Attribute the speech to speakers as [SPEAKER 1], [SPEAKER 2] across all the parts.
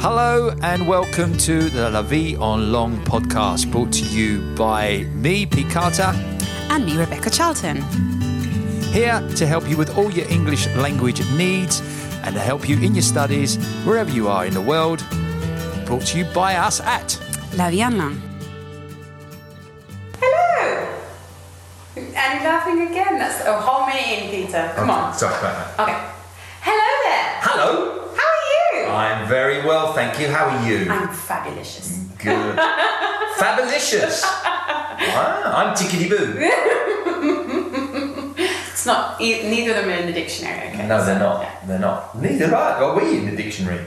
[SPEAKER 1] Hello and welcome to the La Vie en Long podcast brought to you by me, Pete Carter,
[SPEAKER 2] and me, Rebecca Charlton.
[SPEAKER 1] here to help you with all your English language needs and to help you in your studies wherever you are in the world. Brought to you by us at.
[SPEAKER 2] La Vianna.
[SPEAKER 3] Hello! And laughing again. That's oh, how many in, Peter? Come on.
[SPEAKER 1] Sorry about
[SPEAKER 3] Okay. Hello there!
[SPEAKER 1] Hello.
[SPEAKER 3] How are you?
[SPEAKER 1] I'm very well, thank you. How are you?
[SPEAKER 3] I'm fabulous.
[SPEAKER 1] Good. Fabulous. Wow, I'm tickety boo.
[SPEAKER 3] It's not, e- neither of them are in the dictionary, okay?
[SPEAKER 1] No,
[SPEAKER 3] so,
[SPEAKER 1] they're not. They're not. Neither are are we in the dictionary.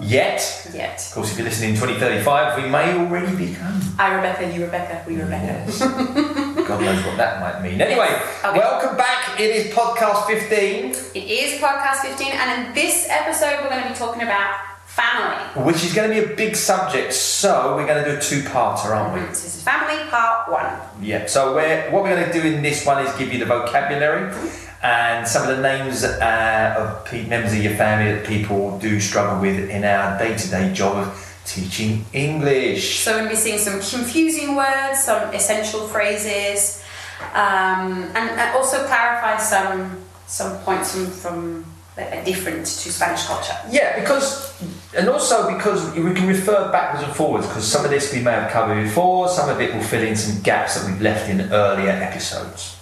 [SPEAKER 1] Yet.
[SPEAKER 3] yeah.
[SPEAKER 1] Of
[SPEAKER 3] Yet.
[SPEAKER 1] course, if you're listening in 2035, we may already become.
[SPEAKER 3] I, Rebecca, you, Rebecca, we, Rebecca.
[SPEAKER 1] Yes. God knows what that might mean. Anyway,
[SPEAKER 3] Okay.
[SPEAKER 1] welcome back. It is podcast 15,
[SPEAKER 3] It is podcast 15, and in this episode, we're going to be talking about family.
[SPEAKER 1] which is going to be a big subject. So we're going to do a two-parter, aren't
[SPEAKER 3] This is family part one.
[SPEAKER 1] we? Yeah. So we're, what we're going to do in this one is give you the vocabulary and some of the names uh, of pe- members of your family that people do struggle with in our day-to-day job of teaching English.
[SPEAKER 3] So we're going to be seeing some confusing words, some essential phrases, um, and, and also clarify some some points from, from that are different to Spanish culture.
[SPEAKER 1] Yeah, because and also because we can refer backwards and forwards because some of this we may have covered before, some of it will fill in some gaps that we've left in earlier episodes.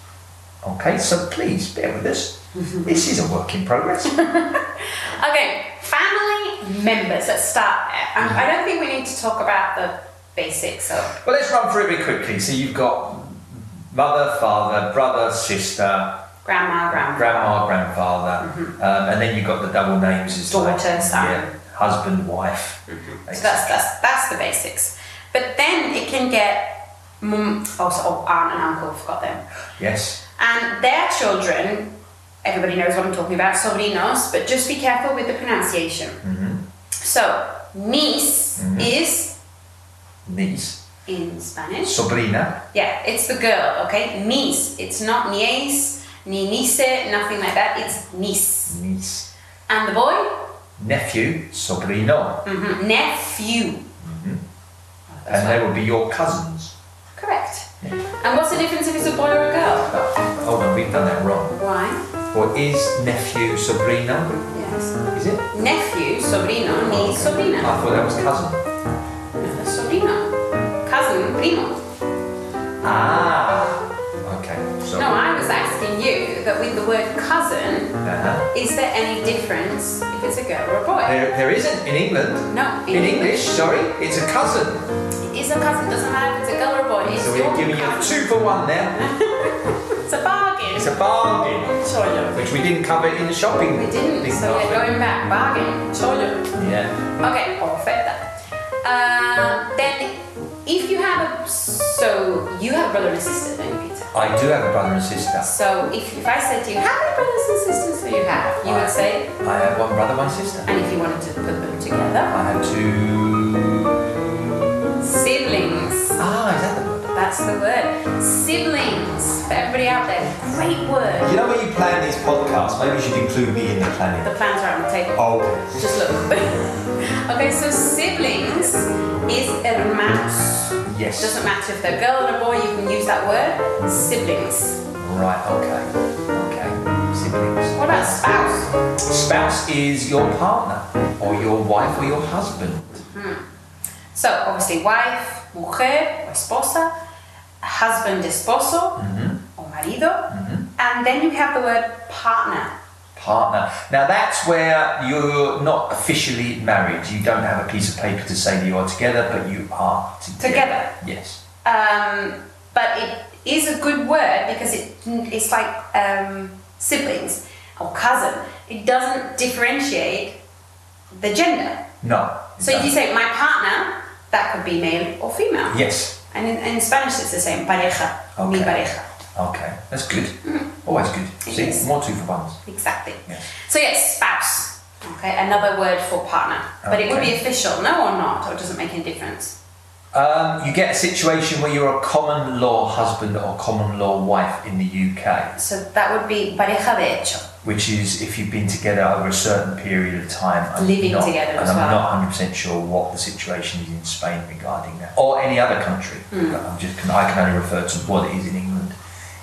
[SPEAKER 1] Okay, so please bear with us. this is a work in progress.
[SPEAKER 3] Okay, family members. Let's start there. Um, I don't think we need to talk about the basics of
[SPEAKER 1] well, let's run through it really quickly. So you've got mother, father, brother, sister,
[SPEAKER 3] grandma, grandpa.
[SPEAKER 1] grandma, grandfather, um, and then you've got the double names as like-
[SPEAKER 3] Daughter, son.
[SPEAKER 1] yeah, husband, wife.
[SPEAKER 3] So that's that's that's the basics. But then it can get mum, also oh, aunt and uncle. Forgot them.
[SPEAKER 1] Yes.
[SPEAKER 3] And their children, everybody knows what I'm talking about, sobrinos, but just be careful with the pronunciation. So, niece is
[SPEAKER 1] Niece,
[SPEAKER 3] in Spanish.
[SPEAKER 1] sobrina,
[SPEAKER 3] Yeah, it's the girl, okay? Niece. It's not niece, ni niece, nothing like that. It's niece.
[SPEAKER 1] niece.
[SPEAKER 3] And the boy,
[SPEAKER 1] nephew, sobrino,
[SPEAKER 3] Mhm, nephew.
[SPEAKER 1] and they will be your cousins.
[SPEAKER 3] Correct. And what's the difference if it's a boy or a girl?
[SPEAKER 1] Hold on, we've done that wrong.
[SPEAKER 3] Why?
[SPEAKER 1] Well, is nephew sobrino?
[SPEAKER 3] Yes.
[SPEAKER 1] Is it?
[SPEAKER 3] Nephew, sobrino, niece,
[SPEAKER 1] I
[SPEAKER 3] sobrina.
[SPEAKER 1] thought that was cousin.
[SPEAKER 3] Sobrino. Cousin, primo.
[SPEAKER 1] Ah. Okay. So.
[SPEAKER 3] No, I was asking you that with the word cousin,
[SPEAKER 1] Uh-huh.
[SPEAKER 3] is there any difference if it's a girl or a boy?
[SPEAKER 1] There, there isn't in England.
[SPEAKER 3] No,
[SPEAKER 1] In English, sorry, it's a cousin.
[SPEAKER 3] It's a cousin, doesn't matter if it's a girl or a boy. It's Uh-huh.
[SPEAKER 1] So
[SPEAKER 3] your
[SPEAKER 1] we're giving you
[SPEAKER 3] cousin.
[SPEAKER 1] two for one there.
[SPEAKER 3] It's a bargain.
[SPEAKER 1] It's a bargain,
[SPEAKER 3] chollo.
[SPEAKER 1] which we didn't cover in the shopping.
[SPEAKER 3] We didn't,
[SPEAKER 1] thing
[SPEAKER 3] so
[SPEAKER 1] last
[SPEAKER 3] we're
[SPEAKER 1] week.
[SPEAKER 3] going back. Bargain. Chollo.
[SPEAKER 1] Yeah.
[SPEAKER 3] Okay, perfecta. Uh, then, if you have a. So, you have a brother and a sister, don't you, Peter?
[SPEAKER 1] I do have a brother and sister.
[SPEAKER 3] So, if, if I said to you, how many brothers and sisters do you have? You would say,
[SPEAKER 1] I have one brother, one sister.
[SPEAKER 3] and if you wanted to put them together,
[SPEAKER 1] I have two.
[SPEAKER 3] siblings.
[SPEAKER 1] Ah, is that the word?
[SPEAKER 3] That's the word. Siblings. For everybody out there, great word.
[SPEAKER 1] You know when you plan these podcasts, maybe you should include me in the planning.
[SPEAKER 3] The plans are on the table.
[SPEAKER 1] Oh,
[SPEAKER 3] Just look. okay, so siblings is hermanos.
[SPEAKER 1] Yes.
[SPEAKER 3] Doesn't matter if they're girl or boy, you can use that word. Siblings.
[SPEAKER 1] right, okay. Okay. Siblings.
[SPEAKER 3] What about spouse?
[SPEAKER 1] Spouse is your partner, or your wife, or your husband.
[SPEAKER 3] So obviously, wife, mujer, or esposa, husband, esposo, or marido, and then you have the word partner.
[SPEAKER 1] Partner. Now that's where you're not officially married. You don't have a piece of paper to say that you are together, but you are together.
[SPEAKER 3] Together.
[SPEAKER 1] Yes.
[SPEAKER 3] Um, but it is a good word because it it's like um, siblings or cousin. It doesn't differentiate the gender.
[SPEAKER 1] No.
[SPEAKER 3] So if you say my partner, that could be male or female.
[SPEAKER 1] Yes.
[SPEAKER 3] And in, in Spanish it's the same. Pareja. Mi
[SPEAKER 1] Okay.
[SPEAKER 3] pareja.
[SPEAKER 1] Okay. That's good.
[SPEAKER 3] Mm-hmm.
[SPEAKER 1] Always good.
[SPEAKER 3] It
[SPEAKER 1] See,
[SPEAKER 3] is.
[SPEAKER 1] more two for ones.
[SPEAKER 3] Exactly.
[SPEAKER 1] Yes.
[SPEAKER 3] So yes, spouse. Okay, another word for partner. But it would be
[SPEAKER 1] Okay.
[SPEAKER 3] official, no or not, or it doesn't make any difference.
[SPEAKER 1] Um, you get a situation where you're a common law husband or common law wife in the UK.
[SPEAKER 3] So that would be pareja de hecho.
[SPEAKER 1] which is if you've been together over a certain period of time.
[SPEAKER 3] Living together
[SPEAKER 1] and
[SPEAKER 3] as
[SPEAKER 1] I'm
[SPEAKER 3] well.
[SPEAKER 1] not 100% sure what the situation is in Spain regarding that, or any other country.
[SPEAKER 3] Hmm.
[SPEAKER 1] But I'm just, can- I can only refer to what it is in England,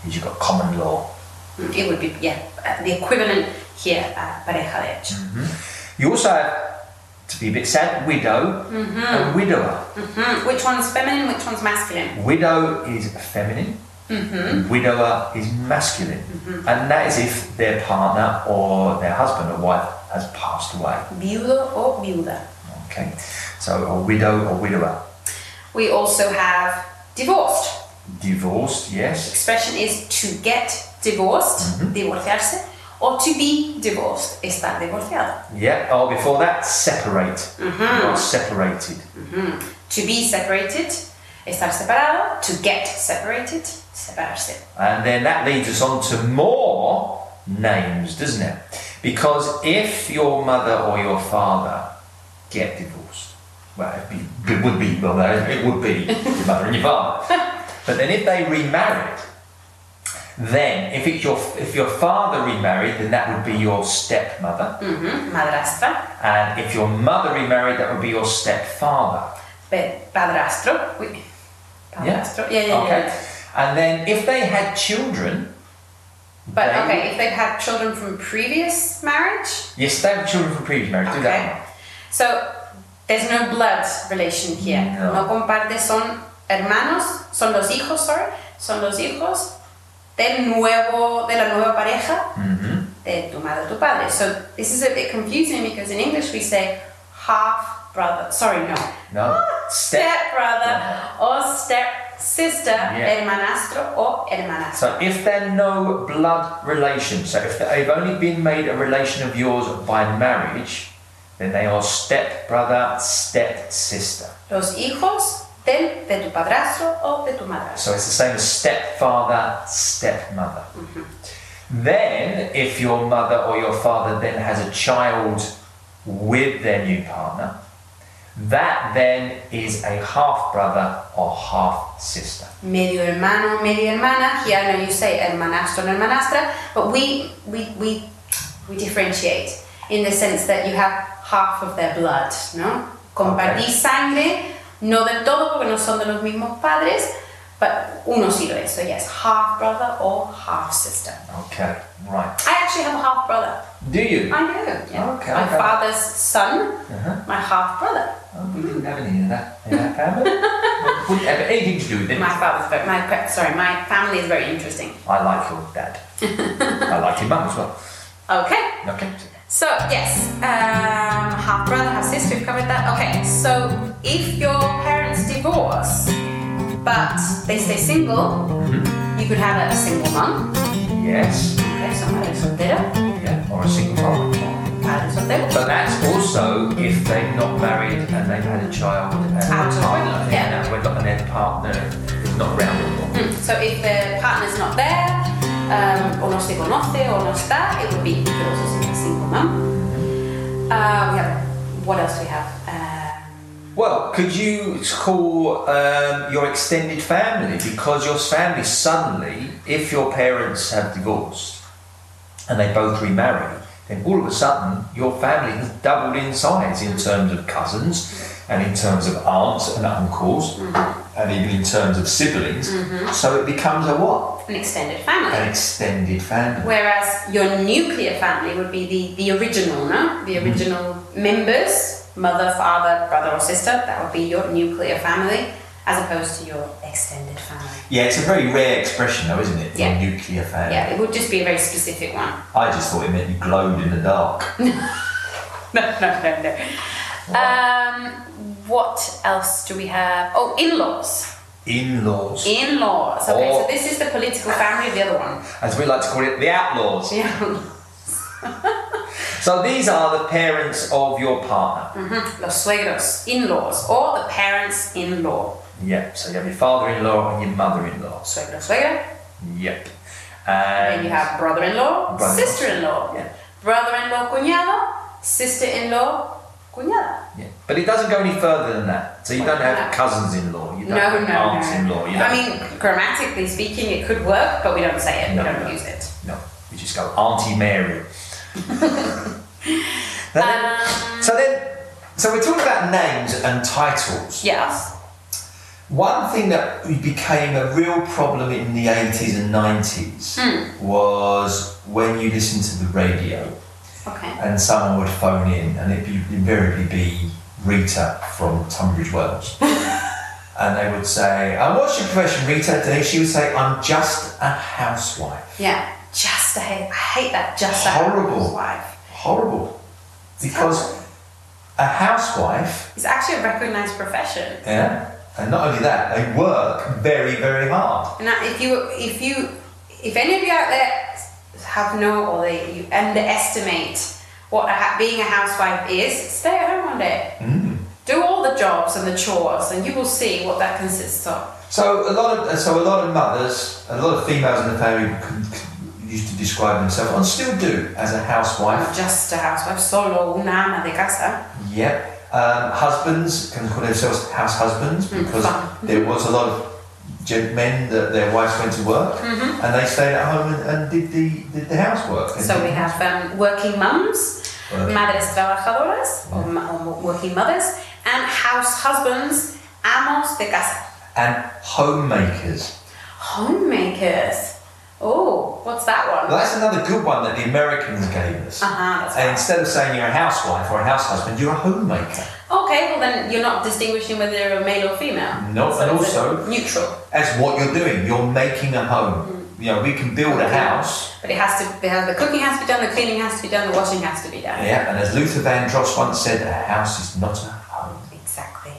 [SPEAKER 1] is you've got common law.
[SPEAKER 3] It would be, yeah, uh, the equivalent here at pareja de hecho.
[SPEAKER 1] You also have, to be a bit sad, widow
[SPEAKER 3] Mm-hmm.
[SPEAKER 1] and widower.
[SPEAKER 3] Mm, Which one's feminine, which one's masculine?
[SPEAKER 1] Widow is feminine, and widower is masculine, and that is if their partner or their husband or wife has passed away.
[SPEAKER 3] Viudo or viuda.
[SPEAKER 1] Okay, so a widow or widower,
[SPEAKER 3] We also have divorced.
[SPEAKER 1] divorced, yes,
[SPEAKER 3] Expression is to get divorced, divorciarse, or to be divorced, estar divorciado.
[SPEAKER 1] yeah. Oh, before that, separate. You are separated.
[SPEAKER 3] To be separated, estar separado. To get separated, separarse.
[SPEAKER 1] And then that leads us on to more names, doesn't it? Because if your mother or your father get divorced, well, it'd be, it would be, well, no, it would be your mother and your father. But then if they remarried, then if it's your if your father remarried, then that would be your stepmother,
[SPEAKER 3] Mhm. Madrastra,
[SPEAKER 1] and if your mother remarried, that would be your stepfather.
[SPEAKER 3] pe- padrastro. we- Padrastro. Yeah, yeah, yeah.
[SPEAKER 1] okay.
[SPEAKER 3] yeah.
[SPEAKER 1] And then if they had children,
[SPEAKER 3] But
[SPEAKER 1] they-
[SPEAKER 3] okay, if they've had children from previous marriage,
[SPEAKER 1] Yes, they have children from previous marriage. Do that.
[SPEAKER 3] okay. So there's no blood relation here.
[SPEAKER 1] No.
[SPEAKER 3] No, compartes son hermanos, son los hijos, sorry, son los hijos del nuevo, de la nueva pareja de tu madre, tu padre. So this is a bit confusing because in English we say half brother. Sorry, no.
[SPEAKER 1] No.
[SPEAKER 3] Ah, Step brother or step sister,
[SPEAKER 1] Yeah.
[SPEAKER 3] hermanastro or hermanastro.
[SPEAKER 1] So if they're no blood relation, so if they've only been made a relation of yours by marriage, then they are step brother, step sister.
[SPEAKER 3] Los hijos del, de tu padrastro o de tu madrastro.
[SPEAKER 1] So it's the same as stepfather, stepmother. Then, if your mother or your father then has a child with their new partner, that then is a half brother or half sister.
[SPEAKER 3] Medio hermano, media hermana. Here I know you say hermanastro and hermanastra, but we, we, we, we differentiate in the sense that you have half of their blood, ¿no? Compartís
[SPEAKER 1] Okay.
[SPEAKER 3] sangre, no del todo porque no son de los mismos padres, but uno sí lo es. So yes, half brother or half sister.
[SPEAKER 1] Okay, right.
[SPEAKER 3] I actually have a half brother.
[SPEAKER 1] Do you?
[SPEAKER 3] I know. Yeah.
[SPEAKER 1] Okay,
[SPEAKER 3] my
[SPEAKER 1] okay.
[SPEAKER 3] father's son, my half brother.
[SPEAKER 1] Oh, we didn't have any in that, in that family. Wouldn't have anything to do with it.
[SPEAKER 3] My father's very, my pa- sorry, my family is very interesting.
[SPEAKER 1] I like your dad. I like your mum as well.
[SPEAKER 3] Okay,
[SPEAKER 1] Okay.
[SPEAKER 3] so yes, um, half brother, half sister, we've covered that. Okay, so if your parents divorce, but they stay single, you could have a single mum,
[SPEAKER 1] Yes.
[SPEAKER 3] okay, so madre soltera,
[SPEAKER 1] Yeah. Or a single mum.
[SPEAKER 3] padre soltero.
[SPEAKER 1] But that's also if they've not married and they've had a child and
[SPEAKER 3] Out of wedlock,
[SPEAKER 1] and
[SPEAKER 3] yeah.
[SPEAKER 1] now wedlock and their partner is not around anymore.
[SPEAKER 3] Mm, So if the partner's not there, um, or no se conoce, or no está, it would be you could also say single mum. Uh, we have what else do we have? Um,
[SPEAKER 1] Well, could you call um, your extended family because your family suddenly, if your parents have divorced and they both remarry, then all of a sudden your family has doubled in size in terms of cousins and in terms of aunts and uncles
[SPEAKER 3] Mm-hmm.
[SPEAKER 1] and even in terms of siblings. So it becomes a what?
[SPEAKER 3] an extended family.
[SPEAKER 1] An extended family.
[SPEAKER 3] Whereas your nuclear family would be the, the original, no? The original members, mother, father, brother or sister, that would be your nuclear family as opposed to your extended family.
[SPEAKER 1] Yeah, it's a very rare expression though, isn't it?
[SPEAKER 3] Yeah.
[SPEAKER 1] Your nuclear family.
[SPEAKER 3] Yeah, it would just be a very specific one.
[SPEAKER 1] I just thought it meant you glowed in the dark.
[SPEAKER 3] No, no, no, no. Um, what else do we have? Oh, in-laws.
[SPEAKER 1] In-laws.
[SPEAKER 3] In-laws. Okay,
[SPEAKER 1] Oh.
[SPEAKER 3] so this is the political family, the other one.
[SPEAKER 1] as we like to call it, the outlaws.
[SPEAKER 3] Yeah.
[SPEAKER 1] So these are the parents of your
[SPEAKER 3] Mm.
[SPEAKER 1] partner.
[SPEAKER 3] Mm-hmm. Los suegros, in-laws, or the parents in law.
[SPEAKER 1] Yep. So you have your father-in-law and your mother-in-law.
[SPEAKER 3] Suegro, suegra,
[SPEAKER 1] Yep.
[SPEAKER 3] Then
[SPEAKER 1] And
[SPEAKER 3] you have brother-in-law,
[SPEAKER 1] Brother-in-law.
[SPEAKER 3] sister-in-law,
[SPEAKER 1] Yeah.
[SPEAKER 3] brother-in-law, cuñado, sister-in-law, cuñada.
[SPEAKER 1] yeah. But it doesn't go any further than that. So you don't have cousins-in-law. You don't
[SPEAKER 3] No,
[SPEAKER 1] have
[SPEAKER 3] no, no.
[SPEAKER 1] aunts-in-law. You
[SPEAKER 3] I
[SPEAKER 1] don't-
[SPEAKER 3] mean, grammatically speaking, it could work, but we don't say it.
[SPEAKER 1] No,
[SPEAKER 3] we don't
[SPEAKER 1] no.
[SPEAKER 3] use it.
[SPEAKER 1] no. You just go Auntie Mary. Now,
[SPEAKER 3] Um,
[SPEAKER 1] so then, so we're talking about names and titles.
[SPEAKER 3] Yes.
[SPEAKER 1] One thing that became a real problem in the 80s and 90s was when you listened to the radio
[SPEAKER 3] Okay.
[SPEAKER 1] and someone would phone in and it'd be, invariably be Rita from Tunbridge Wells. and they would say, and what's your profession, Rita? Today she would say, I'm just a housewife.
[SPEAKER 3] Yeah. Just a hate. I hate that. Just a
[SPEAKER 1] Horrible.
[SPEAKER 3] wife.
[SPEAKER 1] Horrible. Because a housewife,
[SPEAKER 3] It's actually a recognized profession.
[SPEAKER 1] yeah, and not only that, they work very, very hard.
[SPEAKER 3] And that if you, if you, if any of you out there have no, or they, you underestimate what a, ha- being a housewife is, stay at home one day.
[SPEAKER 1] Hmm.
[SPEAKER 3] Do all the jobs and the chores, and you will see what that consists of.
[SPEAKER 1] So a lot of so a lot of mothers, a lot of females in the family c- c- used to describe themselves and still do as a
[SPEAKER 3] I'm
[SPEAKER 1] housewife.
[SPEAKER 3] just a housewife, solo, una ama de casa.
[SPEAKER 1] Yep. Um, husbands can call themselves house husbands because
[SPEAKER 3] fun.
[SPEAKER 1] there was a lot of gen- men that their wives went to work and they stayed at home and, and did the did the housework. and
[SPEAKER 3] Mm-hmm. So
[SPEAKER 1] did-
[SPEAKER 3] we have um, working mums,
[SPEAKER 1] Working.
[SPEAKER 3] madres trabajadoras, or, ma- or working mothers, and house husbands, amos de casa.
[SPEAKER 1] and homemakers.
[SPEAKER 3] Homemakers. Oh, what's that one?
[SPEAKER 1] Well, that's another good one that the Americans gave us.
[SPEAKER 3] Uh-huh, that's
[SPEAKER 1] And instead of saying you're a housewife or a house husband, you're a homemaker.
[SPEAKER 3] Okay, well then you're not distinguishing whether you're a male or female.
[SPEAKER 1] No,
[SPEAKER 3] So
[SPEAKER 1] and
[SPEAKER 3] it's a
[SPEAKER 1] also-
[SPEAKER 3] neutral.
[SPEAKER 1] That's what you're doing. You're making a home. You know, we can build a house.
[SPEAKER 3] But it has to. It has, the cooking has to be done. The cleaning has to be done. The washing has to be done.
[SPEAKER 1] Yeah, and as Luther Vandross once said, a house is not a home.
[SPEAKER 3] Exactly.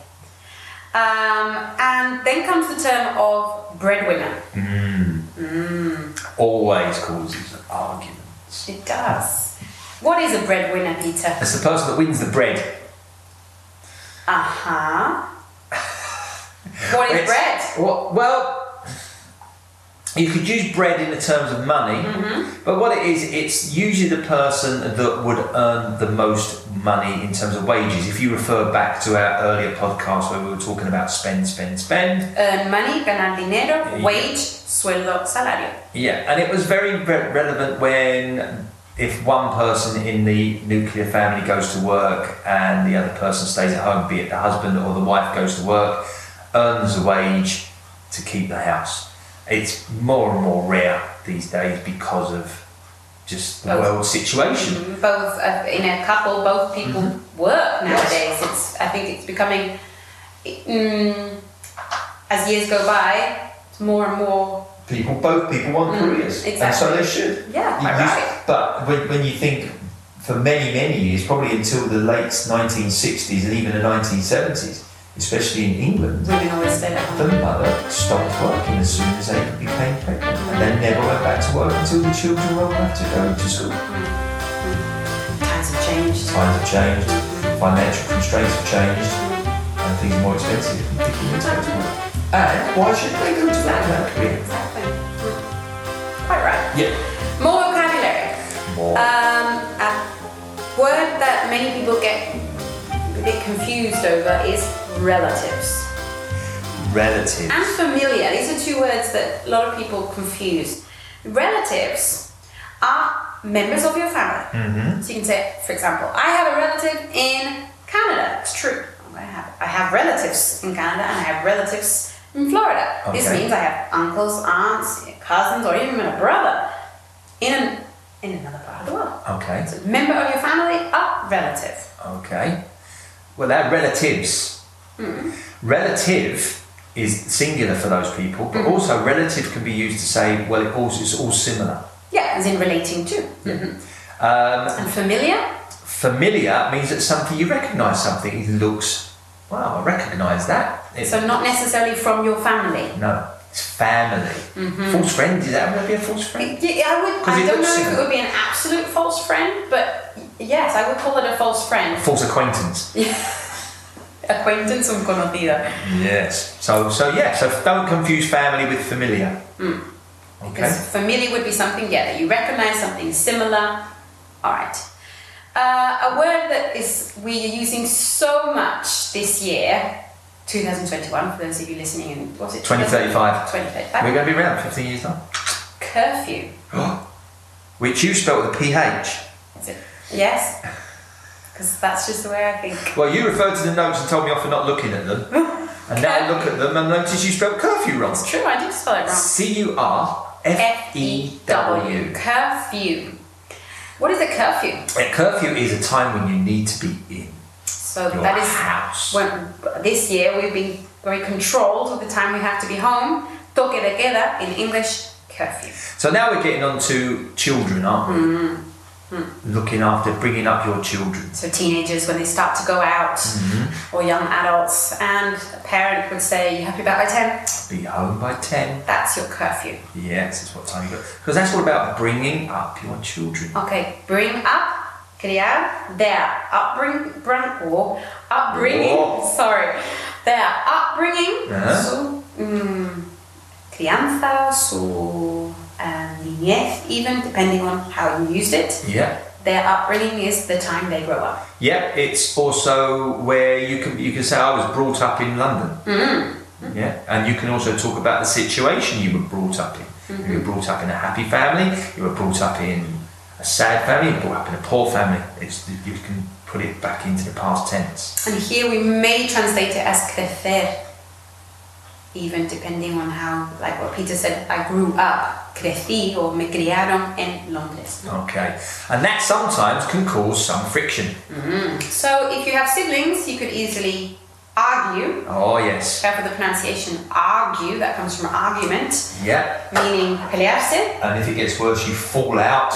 [SPEAKER 3] Um, and then comes the term of breadwinner.
[SPEAKER 1] Always causes arguments.
[SPEAKER 3] It does. What is a breadwinner, Peter?
[SPEAKER 1] It's the person that wins the bread.
[SPEAKER 3] Uh huh. What is
[SPEAKER 1] It's-
[SPEAKER 3] bread?
[SPEAKER 1] Well, well, you could use bread in the terms of money, but what it is, it's usually the person that would earn the most money in terms of wages. If you refer back to our earlier podcast where we were talking about spend, spend, spend,
[SPEAKER 3] Earn money, ganar dinero,
[SPEAKER 1] Yeah.
[SPEAKER 3] wage, sueldo, salario.
[SPEAKER 1] Yeah, and it was very re- relevant when if one person in the nuclear family goes to work and the other person stays at home, be it the husband or the wife goes to work, earns a wage to keep the house. It's more and more rare these days because of just the
[SPEAKER 3] Oh.
[SPEAKER 1] world situation.
[SPEAKER 3] both uh, in a couple both people work nowadays it's i think it's becoming mm, as years go by it's more and more
[SPEAKER 1] People, both people want
[SPEAKER 3] Mm,
[SPEAKER 1] careers, and so
[SPEAKER 3] exactly.
[SPEAKER 1] they should.
[SPEAKER 3] Yeah,
[SPEAKER 1] You-
[SPEAKER 3] quite
[SPEAKER 1] you-
[SPEAKER 3] right.
[SPEAKER 1] But when, when you think for many, many years, probably until the late 1960s and even the 1970s, especially in England,
[SPEAKER 3] women always stay at
[SPEAKER 1] the
[SPEAKER 3] home
[SPEAKER 1] mother stopped working as soon as they became pregnant and then never went back to work until the children were old enough to go to school.
[SPEAKER 3] times have changed
[SPEAKER 1] Times have changed, financial constraints have changed, and things are more expensive. People need to go to work. And why should they go to work in that career?
[SPEAKER 3] exactly Mm. quite right
[SPEAKER 1] Yeah.
[SPEAKER 3] more vocabulary
[SPEAKER 1] More.
[SPEAKER 3] um, a word that many people get a bit confused over is relatives
[SPEAKER 1] Relative.
[SPEAKER 3] and familiar. These are two words that a lot of people confuse. Relatives are members of your family. So you can say, for example, I have a relative in Canada. It's true. I have, I have relatives in Canada and I have relatives in Florida. This
[SPEAKER 1] Okay.
[SPEAKER 3] means I have uncles, aunts, cousins, or even a brother in an, in another part of the world.
[SPEAKER 1] Okay.
[SPEAKER 3] So member of your family, a relative.
[SPEAKER 1] Okay. Well, they're relatives. Relative is singular for those people, but also relative can be used to say, well, it all, it's all similar.
[SPEAKER 3] Yeah, as in relating to. Mhm.
[SPEAKER 1] Um,
[SPEAKER 3] And familiar
[SPEAKER 1] familiar means it's something you recognise something. It looks, wow, I recognise that. It's,
[SPEAKER 3] So not necessarily from your family.
[SPEAKER 1] no, it's family. False friend, is that going to be a false friend?
[SPEAKER 3] Yeah, I would.
[SPEAKER 1] 'Cause
[SPEAKER 3] I
[SPEAKER 1] it
[SPEAKER 3] don't
[SPEAKER 1] looks
[SPEAKER 3] know if it
[SPEAKER 1] similar.
[SPEAKER 3] would be an absolute false friend, but yes, I would call it a false friend.
[SPEAKER 1] False acquaintance.
[SPEAKER 3] Acquaintance un conocida.
[SPEAKER 1] Yes. So, so yeah, so don't confuse family with familiar. Okay.
[SPEAKER 3] Because familiar would be something, yeah, that you recognize something similar. All right. Uh, a word that is we are using so much this year, 2021. For those of you listening, in what's it?
[SPEAKER 1] 2035.
[SPEAKER 3] 2035.
[SPEAKER 1] We're going to be around 15 years now.
[SPEAKER 3] Curfew.
[SPEAKER 1] which you spelled with a PH.
[SPEAKER 3] Is it- Yes. Because that's just the way I think.
[SPEAKER 1] Well, you referred to the notes and told me off for not looking at them. and now I look at them and notice you spelled curfew wrong.
[SPEAKER 3] It's true, I did spell it wrong.
[SPEAKER 1] C U R F E W.
[SPEAKER 3] Curfew. What is a curfew?
[SPEAKER 1] A curfew is a time when you need to be in
[SPEAKER 3] So
[SPEAKER 1] your
[SPEAKER 3] that is
[SPEAKER 1] house.
[SPEAKER 3] when this year we've been very controlled with the time we have to be home. Toque de queda in English, curfew.
[SPEAKER 1] So now we're getting on to children, aren't we? Looking after, bringing up your children.
[SPEAKER 3] So teenagers when they start to go out,
[SPEAKER 1] Mm-hmm.
[SPEAKER 3] or young adults, and a parent would say, "You have to be back by ten.
[SPEAKER 1] Be home by 10.
[SPEAKER 3] That's your curfew.
[SPEAKER 1] Yes, it's what time you go. Because that's all about bringing up your children.
[SPEAKER 3] Okay, bring up, criar, their upbring, bring, oh, upbringing,
[SPEAKER 1] Oh.
[SPEAKER 3] sorry, their upbringing,
[SPEAKER 1] Uh-huh.
[SPEAKER 3] su mm, crianza, su uh, niñez, even depending on how you used it.
[SPEAKER 1] Yeah.
[SPEAKER 3] Their upbringing is the time they grow up.
[SPEAKER 1] Yeah, it's also where you can you can say I was brought up in London. Yeah, and you can also talk about the situation you were brought up in. You were brought up in a happy family. You were brought up in a sad family. You were brought up in a poor family. It's you can put it back into the past tense.
[SPEAKER 3] And here we may translate it as crecer, even depending on how, like what Peter said, I grew up, crecí, or me criaron en Londres.
[SPEAKER 1] Okay, and that sometimes can cause some friction.
[SPEAKER 3] So if you have siblings, you could easily argue.
[SPEAKER 1] Oh yes,
[SPEAKER 3] Careful with the pronunciation argue, that comes from argument,
[SPEAKER 1] yeah.
[SPEAKER 3] meaning pelearse.
[SPEAKER 1] And if it gets worse, you fall out.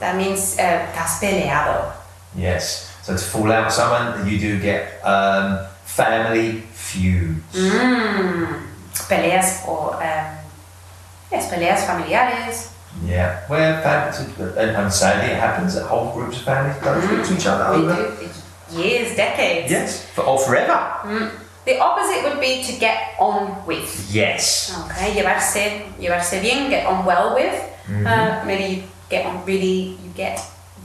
[SPEAKER 3] That means uh, te has peleado.
[SPEAKER 1] Yes. So to fall out with someone, you do get um, family feuds.
[SPEAKER 3] Mm-hmm. Mm. Peleas or, um, yes, peleas familiares.
[SPEAKER 1] Yeah, where families, and, and sadly it happens that whole groups of families don't speak to each other
[SPEAKER 3] Mm-hmm. We
[SPEAKER 1] over.
[SPEAKER 3] do it years, decades.
[SPEAKER 1] Yes, for, or forever.
[SPEAKER 3] The opposite would be to get on with.
[SPEAKER 1] Yes.
[SPEAKER 3] Okay, llevarse, llevarse bien, get on well with. Uh, maybe you get on really, you get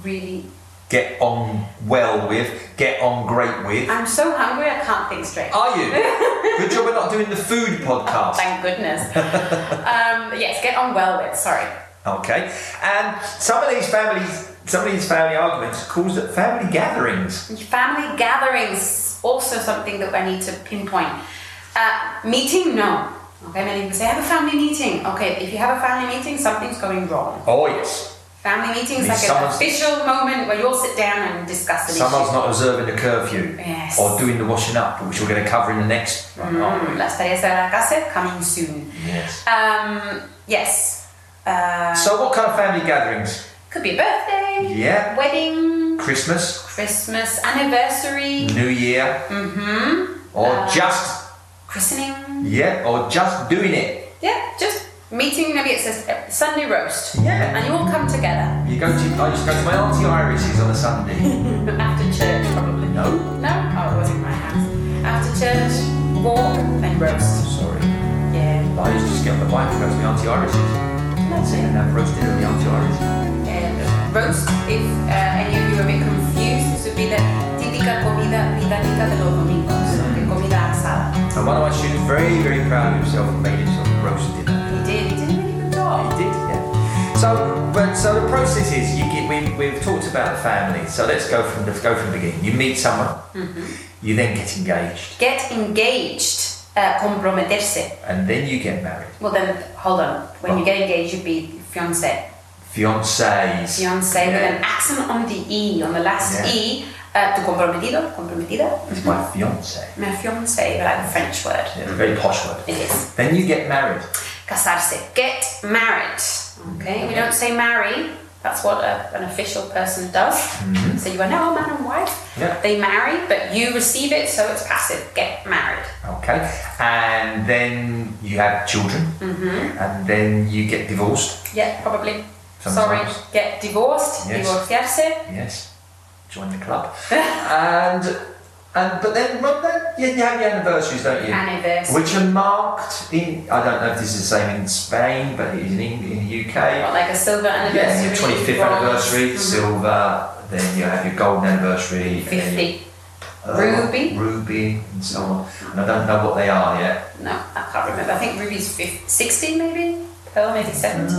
[SPEAKER 3] really.
[SPEAKER 1] Get on well with, get on great with.
[SPEAKER 3] I'm so hungry, I can't think straight.
[SPEAKER 1] Are you? Good job we're not doing the food podcast.
[SPEAKER 3] Thank goodness. um, yes, get on well with. Sorry.
[SPEAKER 1] Okay. And some of these families, some of these family arguments caused at family gatherings.
[SPEAKER 3] Family gatherings also something that I need to pinpoint. Uh, meeting, no. Okay, many people say have a family meeting. Okay, if you have a family meeting, something's going wrong.
[SPEAKER 1] Oh yes.
[SPEAKER 3] Family meetings
[SPEAKER 1] Means
[SPEAKER 3] like an
[SPEAKER 1] someone's-
[SPEAKER 3] official moment where you all sit down and discuss the
[SPEAKER 1] Someone's not observing the curfew.
[SPEAKER 3] Yes.
[SPEAKER 1] Or doing the washing up, which we're going to cover in the next one, aren't
[SPEAKER 3] issue.
[SPEAKER 1] we?
[SPEAKER 3] Las tareas de la casa coming soon.
[SPEAKER 1] Yes.
[SPEAKER 3] Um, yes, Uh,
[SPEAKER 1] So what kind of family gatherings?
[SPEAKER 3] could be a birthday,
[SPEAKER 1] Yeah.
[SPEAKER 3] wedding,
[SPEAKER 1] Christmas,
[SPEAKER 3] Christmas, anniversary, Mm-hmm.
[SPEAKER 1] New Year, or just
[SPEAKER 3] christening.
[SPEAKER 1] yeah, or just doing it.
[SPEAKER 3] Yeah, just meeting. Maybe it says uh, Sunday roast.
[SPEAKER 1] Yeah.
[SPEAKER 3] And you all come together
[SPEAKER 1] You go to I used to go to my auntie Iris's on a Sunday.
[SPEAKER 3] after church, probably.
[SPEAKER 1] no,
[SPEAKER 3] No? Oh, it wasn't my house. After church, walk and roast.
[SPEAKER 1] sorry.
[SPEAKER 3] Yeah.
[SPEAKER 1] I used to just get on the bike and go to my auntie Iris's
[SPEAKER 3] That's
[SPEAKER 1] and
[SPEAKER 3] it.
[SPEAKER 1] have roast dinner at my auntie Iris's.
[SPEAKER 3] Um, roast, if uh, any of you are a bit confused, this would be the típica comida británica de los domingos.
[SPEAKER 1] Mm.
[SPEAKER 3] Okay, comida asada.
[SPEAKER 1] And one of my students, very very proud of himself, made himself a roast dinner.
[SPEAKER 3] He did. He did a really good job.
[SPEAKER 1] He did, yeah. So, but so the process is you get we we've talked about the family. So let's go from let's go from the beginning. You meet someone, you then get engaged,
[SPEAKER 3] Get engaged. Uh, comprometerse.
[SPEAKER 1] and then you get married.
[SPEAKER 3] Well, then, hold on. When
[SPEAKER 1] Oh.
[SPEAKER 3] you get engaged, you'd be fiancé.
[SPEAKER 1] Fiancés.
[SPEAKER 3] fiance with an
[SPEAKER 1] Yeah.
[SPEAKER 3] accent on the E, on the last
[SPEAKER 1] Yeah.
[SPEAKER 3] E, uh, tu comprometido, comprometida,
[SPEAKER 1] It's my fiance.
[SPEAKER 3] my fiance, but like a French word.
[SPEAKER 1] Yeah, very posh word.
[SPEAKER 3] It is.
[SPEAKER 1] Then you get married.
[SPEAKER 3] Casarse, get married. Okay, we don't say marry, that's what a, an official person does. So you are now a man and wife.
[SPEAKER 1] Mm-hmm. Yeah.
[SPEAKER 3] They marry, but you receive it, so it's passive. Get married.
[SPEAKER 1] Okay. And then you have children. Mm-hmm. And then you get divorced.
[SPEAKER 3] Yeah, probably.
[SPEAKER 1] Sometimes.
[SPEAKER 3] Sorry, get divorced,
[SPEAKER 1] Yes.
[SPEAKER 3] divorciarse.
[SPEAKER 1] Yes. Join the club. and and but then well, then you, you have your anniversaries, don't you?
[SPEAKER 3] Anniversary.
[SPEAKER 1] Which are marked in I don't know if this is the same in Spain, but it is in England, in the UK.
[SPEAKER 3] What, like a silver
[SPEAKER 1] Yeah, your
[SPEAKER 3] anniversary?
[SPEAKER 1] 25th
[SPEAKER 3] bronze? mm-hmm.
[SPEAKER 1] anniversary, silver, then you have your golden anniversary, and then
[SPEAKER 3] 50.
[SPEAKER 1] your, uh,
[SPEAKER 3] Ruby.
[SPEAKER 1] ruby, and so on. And I don't know what they are yet.
[SPEAKER 3] No, I can't remember. I think Ruby's 50, 60 maybe? Phil, maybe seven.
[SPEAKER 1] Uh,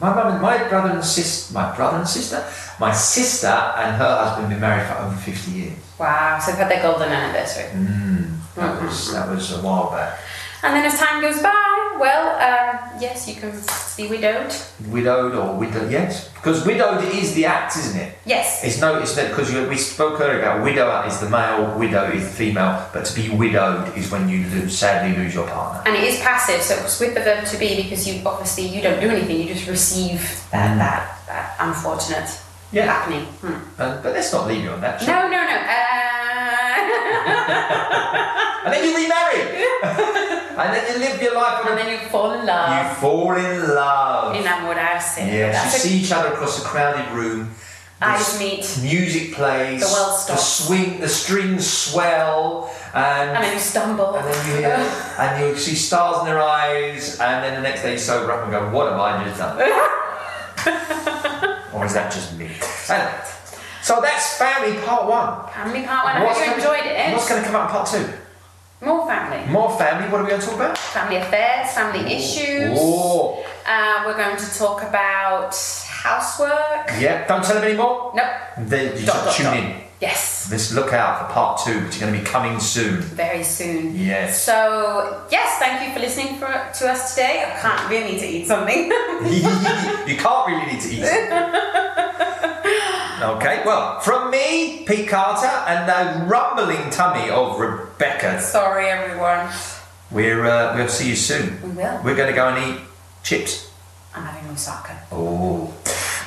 [SPEAKER 1] My mum and my brother and sis, my brother and sister, my sister and her husband have been married for over fifty years.
[SPEAKER 3] Wow, so they've had their golden anniversary.
[SPEAKER 1] That
[SPEAKER 3] Mm-hmm.
[SPEAKER 1] was that was a while back.
[SPEAKER 3] And then as time goes by, well, um, yes, you can see we don't.
[SPEAKER 1] Widowed or widowed? Yes, because widowed is the act, isn't it?
[SPEAKER 3] Yes.
[SPEAKER 1] It's no, it's not because we spoke earlier about widower is the male, widow is the female, but to be widowed is when you lose, sadly lose your partner.
[SPEAKER 3] And it is passive, so it's with the verb to be because you obviously you don't do anything, you just receive that that, that unfortunate
[SPEAKER 1] Yeah.
[SPEAKER 3] happening. Hmm.
[SPEAKER 1] And, but let's not leave you on that. shall we?
[SPEAKER 3] No, no, no. Uh,
[SPEAKER 1] And then you remarry. and then you live your life.
[SPEAKER 3] and
[SPEAKER 1] And
[SPEAKER 3] then you fall in love.
[SPEAKER 1] you fall in love.
[SPEAKER 3] Enamorarse.
[SPEAKER 1] Yes, you
[SPEAKER 3] That's a-
[SPEAKER 1] see each other across a crowded room. The
[SPEAKER 3] Eyes
[SPEAKER 1] s-
[SPEAKER 3] meet.
[SPEAKER 1] Music plays.
[SPEAKER 3] The world stops.
[SPEAKER 1] swing, the strings swell, and
[SPEAKER 3] and then you stumble.
[SPEAKER 1] and then you hear, and you see stars in their eyes, and then the next day you sober up and go, "What have I just done?" or is that just me? Anyway, so that's family part one.
[SPEAKER 3] Family part one. I hope
[SPEAKER 1] What's
[SPEAKER 3] you
[SPEAKER 1] gonna-
[SPEAKER 3] enjoyed it.
[SPEAKER 1] What's going to come up in part two?
[SPEAKER 3] More family.
[SPEAKER 1] More family. What are we going to talk about?
[SPEAKER 3] Family affairs, family issues.
[SPEAKER 1] Oh,
[SPEAKER 3] Uh, we're going to talk about housework.
[SPEAKER 1] yeah. Don't tell them anymore.
[SPEAKER 3] Nope.
[SPEAKER 1] Then you
[SPEAKER 3] Dot, dot,
[SPEAKER 1] just tune
[SPEAKER 3] dot.
[SPEAKER 1] in.
[SPEAKER 3] Yes.
[SPEAKER 1] This look out for part two, which is going to be coming soon.
[SPEAKER 3] Very soon.
[SPEAKER 1] Yes.
[SPEAKER 3] So yes, thank you for listening for, to us today. I can't really need to eat something.
[SPEAKER 1] you can't really need to eat. okay, well, from me, Pete Carter, and the rumbling tummy of Rebecca,
[SPEAKER 3] Sorry, everyone.
[SPEAKER 1] we're, uh, we'll see you soon.
[SPEAKER 3] We will.
[SPEAKER 1] We're going to go and eat chips.
[SPEAKER 3] I'm having moussaka.
[SPEAKER 1] Oh,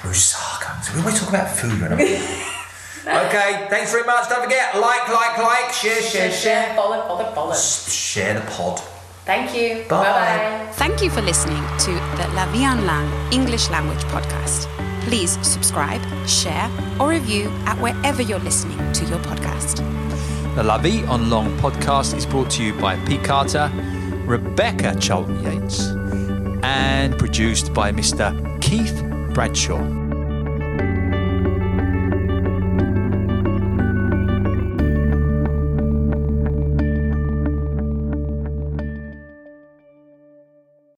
[SPEAKER 1] moussaka. So we always talk about food, right? okay, thanks very much. Don't forget, like, like, like, share, share, share.
[SPEAKER 3] follow, follow, follow.
[SPEAKER 1] Share the pod.
[SPEAKER 3] Thank you.
[SPEAKER 1] Bye.
[SPEAKER 3] Bye.
[SPEAKER 2] Thank you for listening to the La Vie en Langue English Language Podcast. Please subscribe, share, or review at wherever you're listening to your podcast.
[SPEAKER 4] The La Vie on Long podcast is brought to you by Pete Carter, Rebecca Charlton Yates, and produced by Mr. Keith Bradshaw.